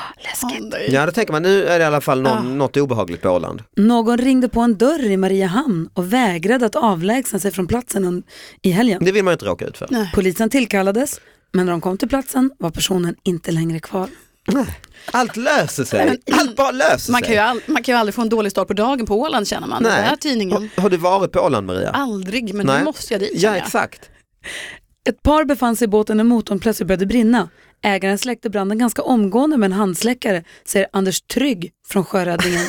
[SPEAKER 3] Läskigt.
[SPEAKER 2] Ja det tänker man, nu är det i alla fall någon, något obehagligt på Åland.
[SPEAKER 3] Någon ringde på en dörr i Mariehamn och vägrade att avlägsna sig från platsen un- i helgen.
[SPEAKER 2] Det vill man ju inte råka ut för.
[SPEAKER 4] Nej.
[SPEAKER 3] Polisen tillkallades, men när de kom till platsen var personen inte längre kvar.
[SPEAKER 2] Allt löser sig, allt bara löser
[SPEAKER 4] Man kan, ju
[SPEAKER 2] sig.
[SPEAKER 4] all, man kan ju aldrig få en dålig start på dagen på Åland känner man. Den här tidningen.
[SPEAKER 2] Har, har du varit på Åland Maria?
[SPEAKER 4] Aldrig, men nu måste jag dit
[SPEAKER 2] Ja
[SPEAKER 4] känner jag.
[SPEAKER 2] exakt.
[SPEAKER 3] Ett par befann sig i båten när motorn plötsligt började brinna. Ägaren släckte branden ganska omgående med en handsläckare, säger Anders Trygg
[SPEAKER 2] [LAUGHS]
[SPEAKER 3] från Sjöräddningen.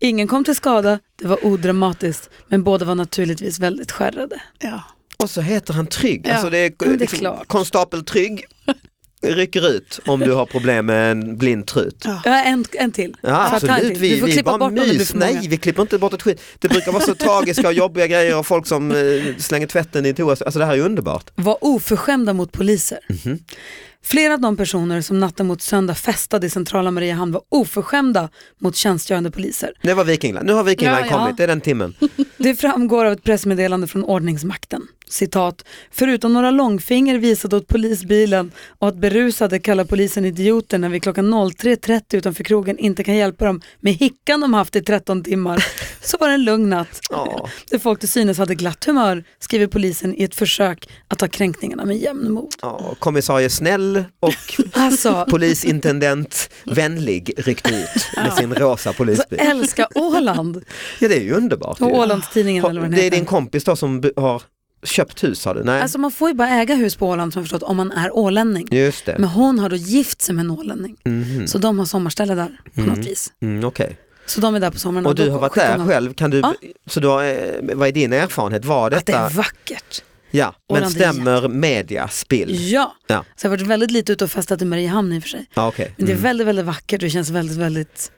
[SPEAKER 3] Ingen kom till skada, det var odramatiskt, men båda var naturligtvis väldigt skärrade.
[SPEAKER 4] Ja.
[SPEAKER 2] Och så heter han Trygg.
[SPEAKER 4] Ja,
[SPEAKER 2] Alltså det är,
[SPEAKER 3] är
[SPEAKER 2] liksom,
[SPEAKER 3] klart.
[SPEAKER 2] konstapel Trygg
[SPEAKER 4] [LAUGHS]
[SPEAKER 2] rycker ut om du har problem med en blind trut. Ja.
[SPEAKER 3] Ja, en, en till. För att han-
[SPEAKER 2] absolut, vi,
[SPEAKER 3] du får
[SPEAKER 2] vi
[SPEAKER 3] klippa
[SPEAKER 2] bara
[SPEAKER 3] bort dem om det blir
[SPEAKER 2] mys.
[SPEAKER 3] för många.
[SPEAKER 2] Nej, vi klipper inte bort ett skit. Det brukar vara så tragiska och jobbiga grejer och folk som eh, slänger tvätten i toa. Alltså det här är underbart.
[SPEAKER 3] var oförskämda mot poliser. Flera av de personer som natten mot söndag festade i centrala Mariehamn var oförskämda mot tjänstgörande poliser.
[SPEAKER 2] Det var Vikingland. Nu har Vikingland
[SPEAKER 4] Ja, ja.
[SPEAKER 2] kommit, det är den timmen.
[SPEAKER 3] Det framgår av ett pressmeddelande från ordningsmakten. Citat, förutom några långfinger visade åt polisbilen och att berusade kallar polisen idioter när vi klockan 03.30 utanför krogen inte kan hjälpa dem med hickan de haft i 13 timmar. Så var det en lugn natt.
[SPEAKER 2] Ja.
[SPEAKER 3] Där folk till synes hade glatt humör, skriver polisen i ett försök att ta kränkningarna med jämn mod.
[SPEAKER 2] Ja, kommissarie Snäll
[SPEAKER 3] [LAUGHS]
[SPEAKER 2] och
[SPEAKER 3] Alltså,
[SPEAKER 2] polisintendent Vänlig ryckte ut med sin rosa polisbil.
[SPEAKER 3] Alltså, älska Åland
[SPEAKER 2] [LAUGHS] Ja, det är ju underbart. ju.
[SPEAKER 3] och Ålandstidningen eller vad
[SPEAKER 2] Har-
[SPEAKER 3] den
[SPEAKER 2] Det är
[SPEAKER 3] heter.
[SPEAKER 2] din kompis då som b- har köpt hus sa du? Nej,
[SPEAKER 3] Alltså man får ju bara äga hus på Åland som jag förstått om man är ålänning.
[SPEAKER 2] just det.
[SPEAKER 3] Men hon har då gift sig med en ålänning.
[SPEAKER 2] Mhm.
[SPEAKER 3] Så de har sommarställe där på
[SPEAKER 2] Mm.
[SPEAKER 3] något vis.
[SPEAKER 2] Mm, okej.
[SPEAKER 3] Så de är där på sommaren.
[SPEAKER 2] Och du har varit där själv, kan du,
[SPEAKER 3] Ja.
[SPEAKER 2] så du har, eh, vad är din erfarenhet? Var
[SPEAKER 3] Att det
[SPEAKER 2] detta,
[SPEAKER 3] är vackert.
[SPEAKER 2] ja, men
[SPEAKER 3] Åland är
[SPEAKER 2] stämmer medias bild?
[SPEAKER 3] Ja.
[SPEAKER 2] Ja.
[SPEAKER 3] Så jag har varit väldigt lite ute och festat i Mariehamn i och för sig.
[SPEAKER 2] Ja, okej.
[SPEAKER 3] Men det är
[SPEAKER 2] Mm.
[SPEAKER 3] väldigt, väldigt vackert och det känns väldigt, väldigt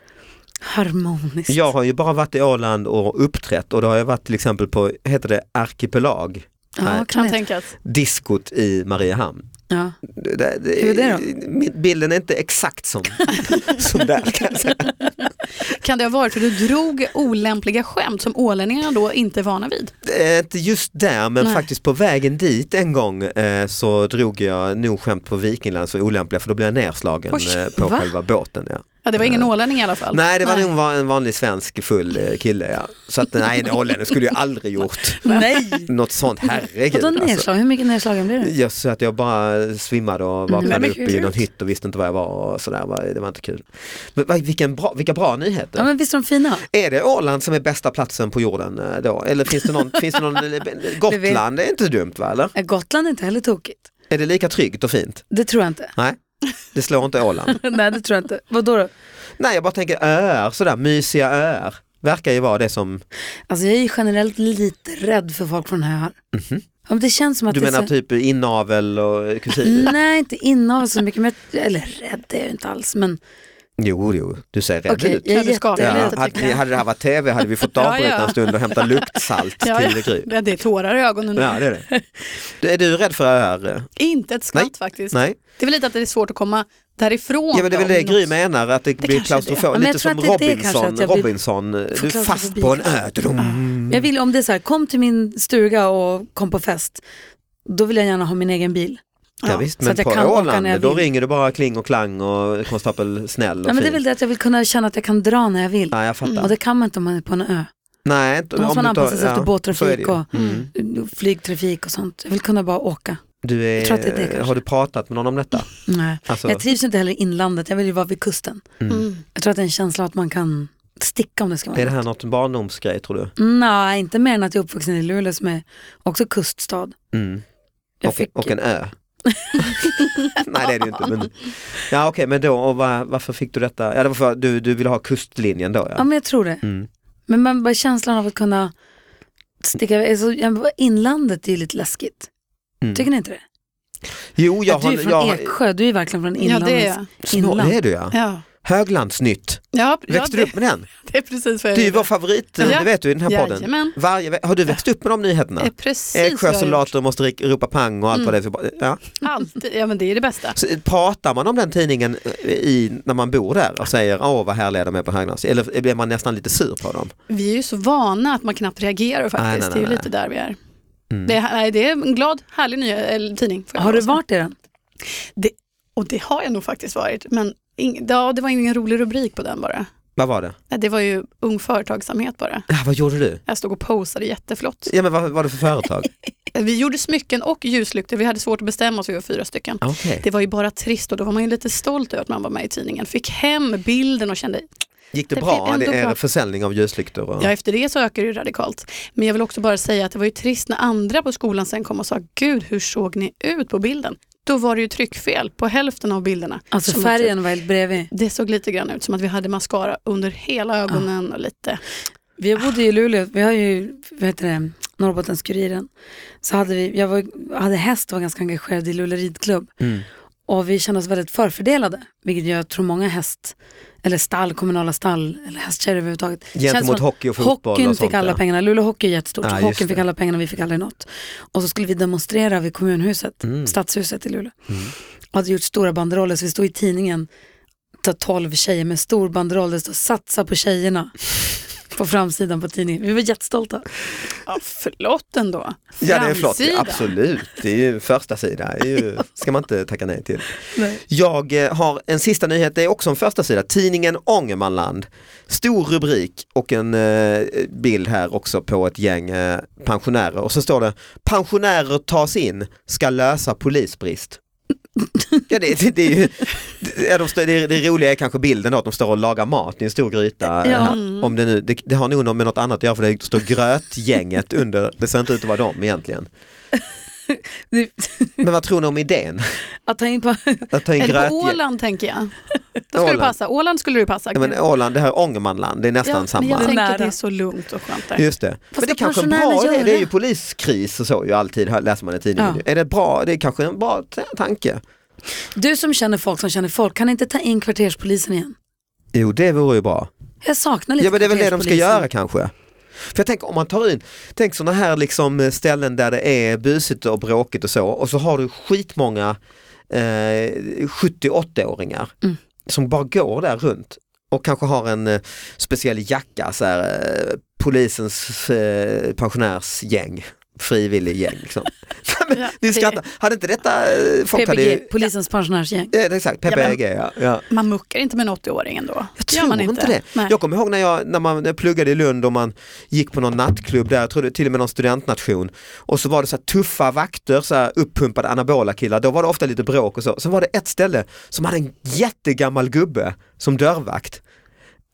[SPEAKER 3] harmoniskt.
[SPEAKER 2] Jag har ju bara varit i Åland och uppträtt och då har jag varit till exempel på, heter det Arkipelag,
[SPEAKER 3] ja, kan
[SPEAKER 4] Kan
[SPEAKER 3] jag tänka.
[SPEAKER 4] tänkas.
[SPEAKER 2] diskot i Mariehamn.
[SPEAKER 3] Ja.
[SPEAKER 2] Det, det,
[SPEAKER 3] Hur är det
[SPEAKER 2] min- Bilden är inte exakt
[SPEAKER 3] [LAUGHS]
[SPEAKER 2] som, som där kan jag säga.
[SPEAKER 4] Kan det ha varit för du drog olämpliga skämt som ålänningarna då inte är vana vid?
[SPEAKER 2] Eh, Inte just där men
[SPEAKER 3] Nej.
[SPEAKER 2] faktiskt på vägen dit en gång eh, så drog jag nog skämt på Vikingland så olämpliga för då blev jag nerslagen
[SPEAKER 4] Oj,
[SPEAKER 2] eh, på
[SPEAKER 3] va?
[SPEAKER 2] själva båten. Ja.
[SPEAKER 4] Ja, det var ingen ålänning i alla fall.
[SPEAKER 2] Nej det var
[SPEAKER 4] Nej.
[SPEAKER 2] nog va- en vanlig svensk full eh, kille. Ja. Så att nej en ålänning skulle ju aldrig gjort
[SPEAKER 3] Nej!
[SPEAKER 2] något sånt, herregud.
[SPEAKER 3] Vadå
[SPEAKER 2] Alltså.
[SPEAKER 3] nedslag? Hur mycket nedslagen blir det?
[SPEAKER 2] Jag så att jag bara svimmade och vaknade
[SPEAKER 3] Mm,
[SPEAKER 4] men
[SPEAKER 2] upp i
[SPEAKER 4] gud.
[SPEAKER 2] någon hytt och visste inte var jag var och sådär, Va- det var inte kul. Men va- vilken bra, vilka bra nyheter.
[SPEAKER 3] Ja men visst är de fina?
[SPEAKER 2] Är det Åland som är bästa platsen på jorden eh, då? Eller finns det någon, finns det någon eh,
[SPEAKER 3] [LAUGHS]
[SPEAKER 2] Gotland är inte dumt va? Eller?
[SPEAKER 3] Ja, Gotland är inte heller tokigt.
[SPEAKER 2] Är det lika tryggt och fint?
[SPEAKER 3] Det tror jag inte.
[SPEAKER 2] Nej, det slår inte Åland.
[SPEAKER 3] [LAUGHS] Nej det tror jag inte. Vadå då?
[SPEAKER 2] Nej, jag bara tänker öar, sådär mysiga öar. Verkar ju vara det som,
[SPEAKER 3] Alltså jag är ju generellt lite rädd för folk från öar. Ja, men det känns som att
[SPEAKER 2] Mhm. du
[SPEAKER 3] det är
[SPEAKER 2] menar
[SPEAKER 3] så...
[SPEAKER 2] typ inavel och kusiner?
[SPEAKER 3] Nej inte inavel så mycket, men jag... eller rädd är jag ju inte alls men
[SPEAKER 2] Jo, jo, du ser rädd
[SPEAKER 3] okej,
[SPEAKER 2] ut.
[SPEAKER 3] jag är
[SPEAKER 4] Ja, du skakar
[SPEAKER 2] Ja,
[SPEAKER 3] jätterädd.
[SPEAKER 4] lite. tycker
[SPEAKER 2] hade,
[SPEAKER 4] jag.
[SPEAKER 2] hade det här varit tv hade vi fått
[SPEAKER 4] Ja,
[SPEAKER 2] avbryta
[SPEAKER 4] ja.
[SPEAKER 2] en stund och hämta luktsalt
[SPEAKER 4] Ja,
[SPEAKER 2] till Gry.
[SPEAKER 4] ja. Det är tårar i ögonen nu.
[SPEAKER 2] Ja, det är det. Du- Är du rädd för öar?
[SPEAKER 4] Inte ett skvatt
[SPEAKER 2] Nej.
[SPEAKER 4] faktiskt.
[SPEAKER 2] Nej?
[SPEAKER 4] Det är väl lite att det är svårt att komma därifrån.
[SPEAKER 2] Ja men det är väl
[SPEAKER 4] då,
[SPEAKER 2] det
[SPEAKER 4] om
[SPEAKER 2] Gry
[SPEAKER 4] något-
[SPEAKER 2] menar, att det, blir
[SPEAKER 4] kanske är det.
[SPEAKER 2] klaustrofobiskt.
[SPEAKER 3] Ja, men jag
[SPEAKER 2] Lite
[SPEAKER 3] tror
[SPEAKER 2] som
[SPEAKER 3] att det är det kanske,
[SPEAKER 2] Robinson,
[SPEAKER 3] att jag blir-
[SPEAKER 2] Robinson, eh, du är fast
[SPEAKER 3] klaustrofobi
[SPEAKER 2] på en
[SPEAKER 3] kanske.
[SPEAKER 2] ö. Drum.
[SPEAKER 3] Jag vill om det är så här, kom till min stuga och kom på fest. Då vill jag gärna ha min egen bil.
[SPEAKER 2] Ja, visst,
[SPEAKER 3] så
[SPEAKER 2] men
[SPEAKER 3] att jag
[SPEAKER 2] på
[SPEAKER 3] kan åka
[SPEAKER 2] Åland
[SPEAKER 3] när jag
[SPEAKER 2] då
[SPEAKER 3] vill.
[SPEAKER 2] ringer du bara kling och klang och konstapel snäll och
[SPEAKER 3] Ja, men det är
[SPEAKER 2] fin.
[SPEAKER 3] väl det att jag vill kunna känna att jag kan dra när jag vill.
[SPEAKER 2] Nej jag fattar.
[SPEAKER 3] Och det kan man inte om man är på en ö.
[SPEAKER 2] Nej, inte,
[SPEAKER 3] Då måste
[SPEAKER 2] du
[SPEAKER 3] man
[SPEAKER 2] tar-
[SPEAKER 3] anpassa sig efter
[SPEAKER 2] ja, så är det
[SPEAKER 3] båttrafik
[SPEAKER 2] ju. Mm.
[SPEAKER 3] och Mm. flygtrafik och sånt. Jag vill kunna bara åka.
[SPEAKER 2] Du är,
[SPEAKER 3] jag tror att det är det kanske.
[SPEAKER 2] har du pratat med någon om detta?
[SPEAKER 3] Nej.
[SPEAKER 2] Alltså,
[SPEAKER 3] Jag trivs inte heller i inlandet, jag vill ju vara vid kusten.
[SPEAKER 4] Mm.
[SPEAKER 3] Jag tror att det är en känsla att man kan sticka om det ska vara
[SPEAKER 2] är det
[SPEAKER 3] något.
[SPEAKER 2] här något barndomsgrej tror du?
[SPEAKER 3] Nej, inte mer än att jag är uppvuxen i Luleå som är också kuststad.
[SPEAKER 2] Mm.
[SPEAKER 3] Jag
[SPEAKER 2] Och,
[SPEAKER 3] fick-
[SPEAKER 2] och en ö? [LAUGHS] Nej det är det ju inte. Men... Ja okej men då, och va- varför fick du detta? Ja det var för att du, du ville ha kustlinjen då
[SPEAKER 3] Ja,
[SPEAKER 2] ja.
[SPEAKER 3] men jag tror det.
[SPEAKER 2] Mm.
[SPEAKER 3] Men man bara känslan av att kunna sticka iväg. Alltså, jag- inlandet är ju lite läskigt.
[SPEAKER 2] Mm.
[SPEAKER 3] Tycker ni inte det?
[SPEAKER 2] Jo jag
[SPEAKER 3] du är
[SPEAKER 2] har...
[SPEAKER 3] ju från
[SPEAKER 2] jag har-
[SPEAKER 3] Eksjö, du är ju verkligen från
[SPEAKER 4] Ja,
[SPEAKER 3] inlandet.
[SPEAKER 4] det är jag.
[SPEAKER 2] Snå-
[SPEAKER 3] Inland.
[SPEAKER 2] det är du ja.
[SPEAKER 4] Ja,
[SPEAKER 2] Höglandsnytt,
[SPEAKER 4] ja, ja
[SPEAKER 2] växte du
[SPEAKER 4] det,
[SPEAKER 2] upp med den?
[SPEAKER 4] [LAUGHS] det är precis vad jag
[SPEAKER 2] Det är ju
[SPEAKER 4] gjorde.
[SPEAKER 2] vår favorit,
[SPEAKER 4] Ja.
[SPEAKER 2] det vet du i den här podden.
[SPEAKER 4] Jajamän.
[SPEAKER 2] Varje, ve- har du växt upp med de nyheterna?
[SPEAKER 4] Det är precis vad jag gjorde.
[SPEAKER 2] Eksjösoldater måste ri- ropa pang och allt vad det är. för- Ja.
[SPEAKER 4] Alltid. Ja, men det är det bästa.
[SPEAKER 2] Så pratar man om den tidningen eh, i, när man bor där och säger åh vad härliga de är på Höglands? Eller blir man nästan lite sur på dem?
[SPEAKER 4] Vi är ju så vana att man knappt reagerar faktiskt.
[SPEAKER 2] Nej, nej, nej,
[SPEAKER 4] det är ju
[SPEAKER 2] nej.
[SPEAKER 4] lite där vi är.
[SPEAKER 2] Mm.
[SPEAKER 4] Det, är nej, det är en glad, härlig ny, eller, tidning. får jag
[SPEAKER 3] Har du
[SPEAKER 4] säga.
[SPEAKER 3] varit i den?
[SPEAKER 4] Det, och det har jag nog faktiskt varit. Men ing, ja, det var ingen rolig rubrik på den bara.
[SPEAKER 2] Vad var det?
[SPEAKER 4] Nej, Det var ju ung företagsamhet bara.
[SPEAKER 2] Ja, vad gjorde du?
[SPEAKER 4] Jag stod och posade jätteflott.
[SPEAKER 2] Ja men vad vad var det för [LAUGHS] företag?
[SPEAKER 4] Vi gjorde smycken och ljuslyktor. Vi hade svårt att bestämma oss, vi var fyra stycken.
[SPEAKER 2] Okej.
[SPEAKER 4] Det var ju bara trist och då var man ju lite stolt över att man var med i tidningen. Fick hem bilden och kände,
[SPEAKER 2] Gick det
[SPEAKER 4] Det
[SPEAKER 2] bra?
[SPEAKER 4] blev
[SPEAKER 2] Det
[SPEAKER 4] ändå
[SPEAKER 2] är
[SPEAKER 4] bra.
[SPEAKER 2] försäljning av ljuslyktor? Och...
[SPEAKER 4] ja efter det så ökar det ju radikalt. Men jag vill också bara säga att det var ju trist när andra på skolan sen kom och sa, gud hur såg ni ut på bilden? Då var det ju tryckfel på hälften av bilderna.
[SPEAKER 3] Alltså
[SPEAKER 4] Som
[SPEAKER 3] färgen var helt bredvid.
[SPEAKER 4] att- Det såg lite grann ut som att vi hade mascara under
[SPEAKER 2] Ah.
[SPEAKER 4] hela ögonen och lite.
[SPEAKER 3] Vi bodde i Luleå, vi har ju vad heter det, Norrbottens-Kuriren. Så hade vi, jag var, hade häst och var ganska engagerad i Luleå ridklubb.
[SPEAKER 2] Mm.
[SPEAKER 3] Och vi kände oss väldigt förfördelade, vilket jag tror många häst, eller stall, kommunala stall, eller hästkedjor överhuvudtaget.
[SPEAKER 2] Gentemot
[SPEAKER 3] Känns som att
[SPEAKER 2] hockey och fotboll
[SPEAKER 3] Hockeyn
[SPEAKER 2] och sånt,
[SPEAKER 3] fick alla
[SPEAKER 2] ja.
[SPEAKER 3] pengarna, Luleå Hockey är jättestort,
[SPEAKER 2] Ja, just
[SPEAKER 3] hockeyn fick
[SPEAKER 2] det.
[SPEAKER 3] alla pengarna, vi fick aldrig något. Och så skulle vi demonstrera vid kommunhuset,
[SPEAKER 2] Mm.
[SPEAKER 3] stadshuset i Luleå. Och hade gjort stora banderoller, så vi stod i tidningen, ta 12 tjejer med stor banderoll, det stod satsa på tjejerna [LAUGHS] på framsidan på tidningen. Vi var jättestolta.
[SPEAKER 4] Ja, flott ändå.
[SPEAKER 2] Ja det är flott,
[SPEAKER 4] Framsida.
[SPEAKER 2] absolut. Det är ju första sida, det är ju, ska man inte tacka nej till. Jag eh, har en sista nyhet, det är också en första sida. tidningen Ångermanland. Stor rubrik och en eh, bild här också på ett gäng eh, pensionärer och så står det pensionärer tas in, ska lösa polisbrist. Ja, det, det, det är ju, det, ja, de står- det, det roliga är kanske bilden då, att de står och lagar mat i en stor gryta.
[SPEAKER 3] Ja.
[SPEAKER 2] Om det, nu, det, det har nog med något annat att göra för det står grötgänget under, det ser inte ut att vara dem egentligen.
[SPEAKER 3] Det-
[SPEAKER 2] Men vad tror ni om idén?
[SPEAKER 3] Att ta in på... [LAUGHS]
[SPEAKER 2] Att ta in
[SPEAKER 4] Eller på
[SPEAKER 2] grötgäng?
[SPEAKER 4] Åland tänker jag. Då skulle det
[SPEAKER 2] Åland.
[SPEAKER 4] passa. Åland skulle det passa.
[SPEAKER 2] Ja, men Åland, det här Ångermanland, det är nästan
[SPEAKER 4] Ja,
[SPEAKER 2] samma.
[SPEAKER 4] Men jag
[SPEAKER 3] Det är
[SPEAKER 4] tänker
[SPEAKER 3] nära.
[SPEAKER 4] det är så lugnt och skönt där.
[SPEAKER 2] Just det. men
[SPEAKER 3] vad
[SPEAKER 2] det är kanske är en
[SPEAKER 3] pensionärerna
[SPEAKER 2] bra idé, det är
[SPEAKER 3] göra?
[SPEAKER 2] ju poliskris och så ju alltid hör- läser man i tidningen.
[SPEAKER 4] Ja.
[SPEAKER 2] Är det bra, det är kanske en bra t- tanke.
[SPEAKER 3] Du som känner folk som känner folk, kan inte ta in kvarterspolisen igen?
[SPEAKER 2] Jo det vore ju bra.
[SPEAKER 3] Jag saknar lite
[SPEAKER 2] Ja men det är väl det de ska
[SPEAKER 3] kvarterspolisen.
[SPEAKER 2] göra kanske. För jag tänker om man tar in, tänk sådana här liksom eh, ställen där det är busigt och bråkigt och så och så har du skitmånga eh, 70-80-åringar
[SPEAKER 3] Mm.
[SPEAKER 2] som bara går där runt och kanske har en eh, speciell jacka, så här, eh, polisens eh, pensionärsgäng, frivilliggäng.
[SPEAKER 3] [LAUGHS]
[SPEAKER 2] Liksom. Nej, men Ni skrattar, hade inte detta, eh, folk hade ju,
[SPEAKER 3] PPG, polisens pensionärsgäng.
[SPEAKER 2] ja, exakt, PPG ja. ja.
[SPEAKER 4] Man muckar inte med 80-åring ändå.
[SPEAKER 2] Jag tror
[SPEAKER 4] man
[SPEAKER 2] inte det.
[SPEAKER 4] Nej.
[SPEAKER 2] Jag kommer ihåg när jag, när man, när jag pluggade i Lund och man gick på någon nattklubb där, jag tror det till och med någon studentnation. Och så var det så här tuffa vakter, så här uppumpade anabola killar, då var det ofta lite bråk och så. Sen var det ett ställe som hade en jättegammal gubbe som dörrvakt.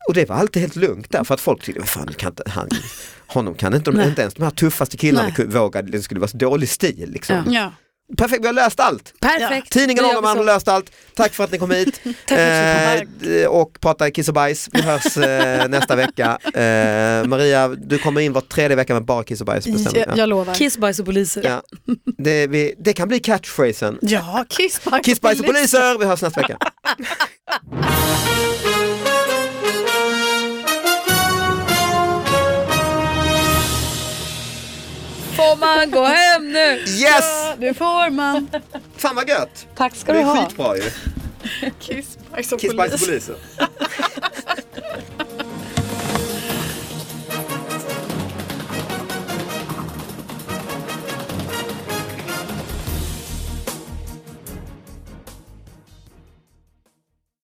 [SPEAKER 2] Och det var alltid helt lugnt där för att folk tyckte, "Men fan, kan inte, han, honom kan inte, de,
[SPEAKER 4] Nej.
[SPEAKER 2] inte ens de här tuffaste killarna
[SPEAKER 4] Nej.
[SPEAKER 2] ku- vågade, det skulle vara så dålig stil liksom.
[SPEAKER 3] Ja.
[SPEAKER 4] Ja.
[SPEAKER 2] Perfekt, vi har löst allt!
[SPEAKER 3] Perfekt.
[SPEAKER 2] Tidningen
[SPEAKER 3] Då gör vi
[SPEAKER 2] Ångerman
[SPEAKER 3] så.
[SPEAKER 2] har löst allt. Tack för att ni kom hit
[SPEAKER 3] [LAUGHS] Tack
[SPEAKER 2] eh, d- och pratar kiss och bajs. Vi hörs
[SPEAKER 3] [LAUGHS]
[SPEAKER 2] eh, nästa vecka. Eh, Maria, du kommer in var tredje vecka med bara kiss och bajs. bestämmer
[SPEAKER 4] Jag,
[SPEAKER 2] jag.
[SPEAKER 4] jag lovar.
[SPEAKER 3] Kiss, bajs och poliser.
[SPEAKER 2] Ja. Det, vi, det kan bli catchphrasen.
[SPEAKER 4] Ja, kiss, bajs,
[SPEAKER 2] Kiss, bajs och poliser! Vi hörs nästa vecka.
[SPEAKER 3] Får man gå hem nu?
[SPEAKER 2] Yes!
[SPEAKER 3] Nu får man.
[SPEAKER 2] Fan vad gött!
[SPEAKER 4] Tack ska
[SPEAKER 2] Det
[SPEAKER 4] du
[SPEAKER 2] är
[SPEAKER 4] ha.
[SPEAKER 2] skitbra ju.
[SPEAKER 4] Kiss, bajs och
[SPEAKER 2] Kiss, bajs och
[SPEAKER 4] poliser.
[SPEAKER 2] poliser.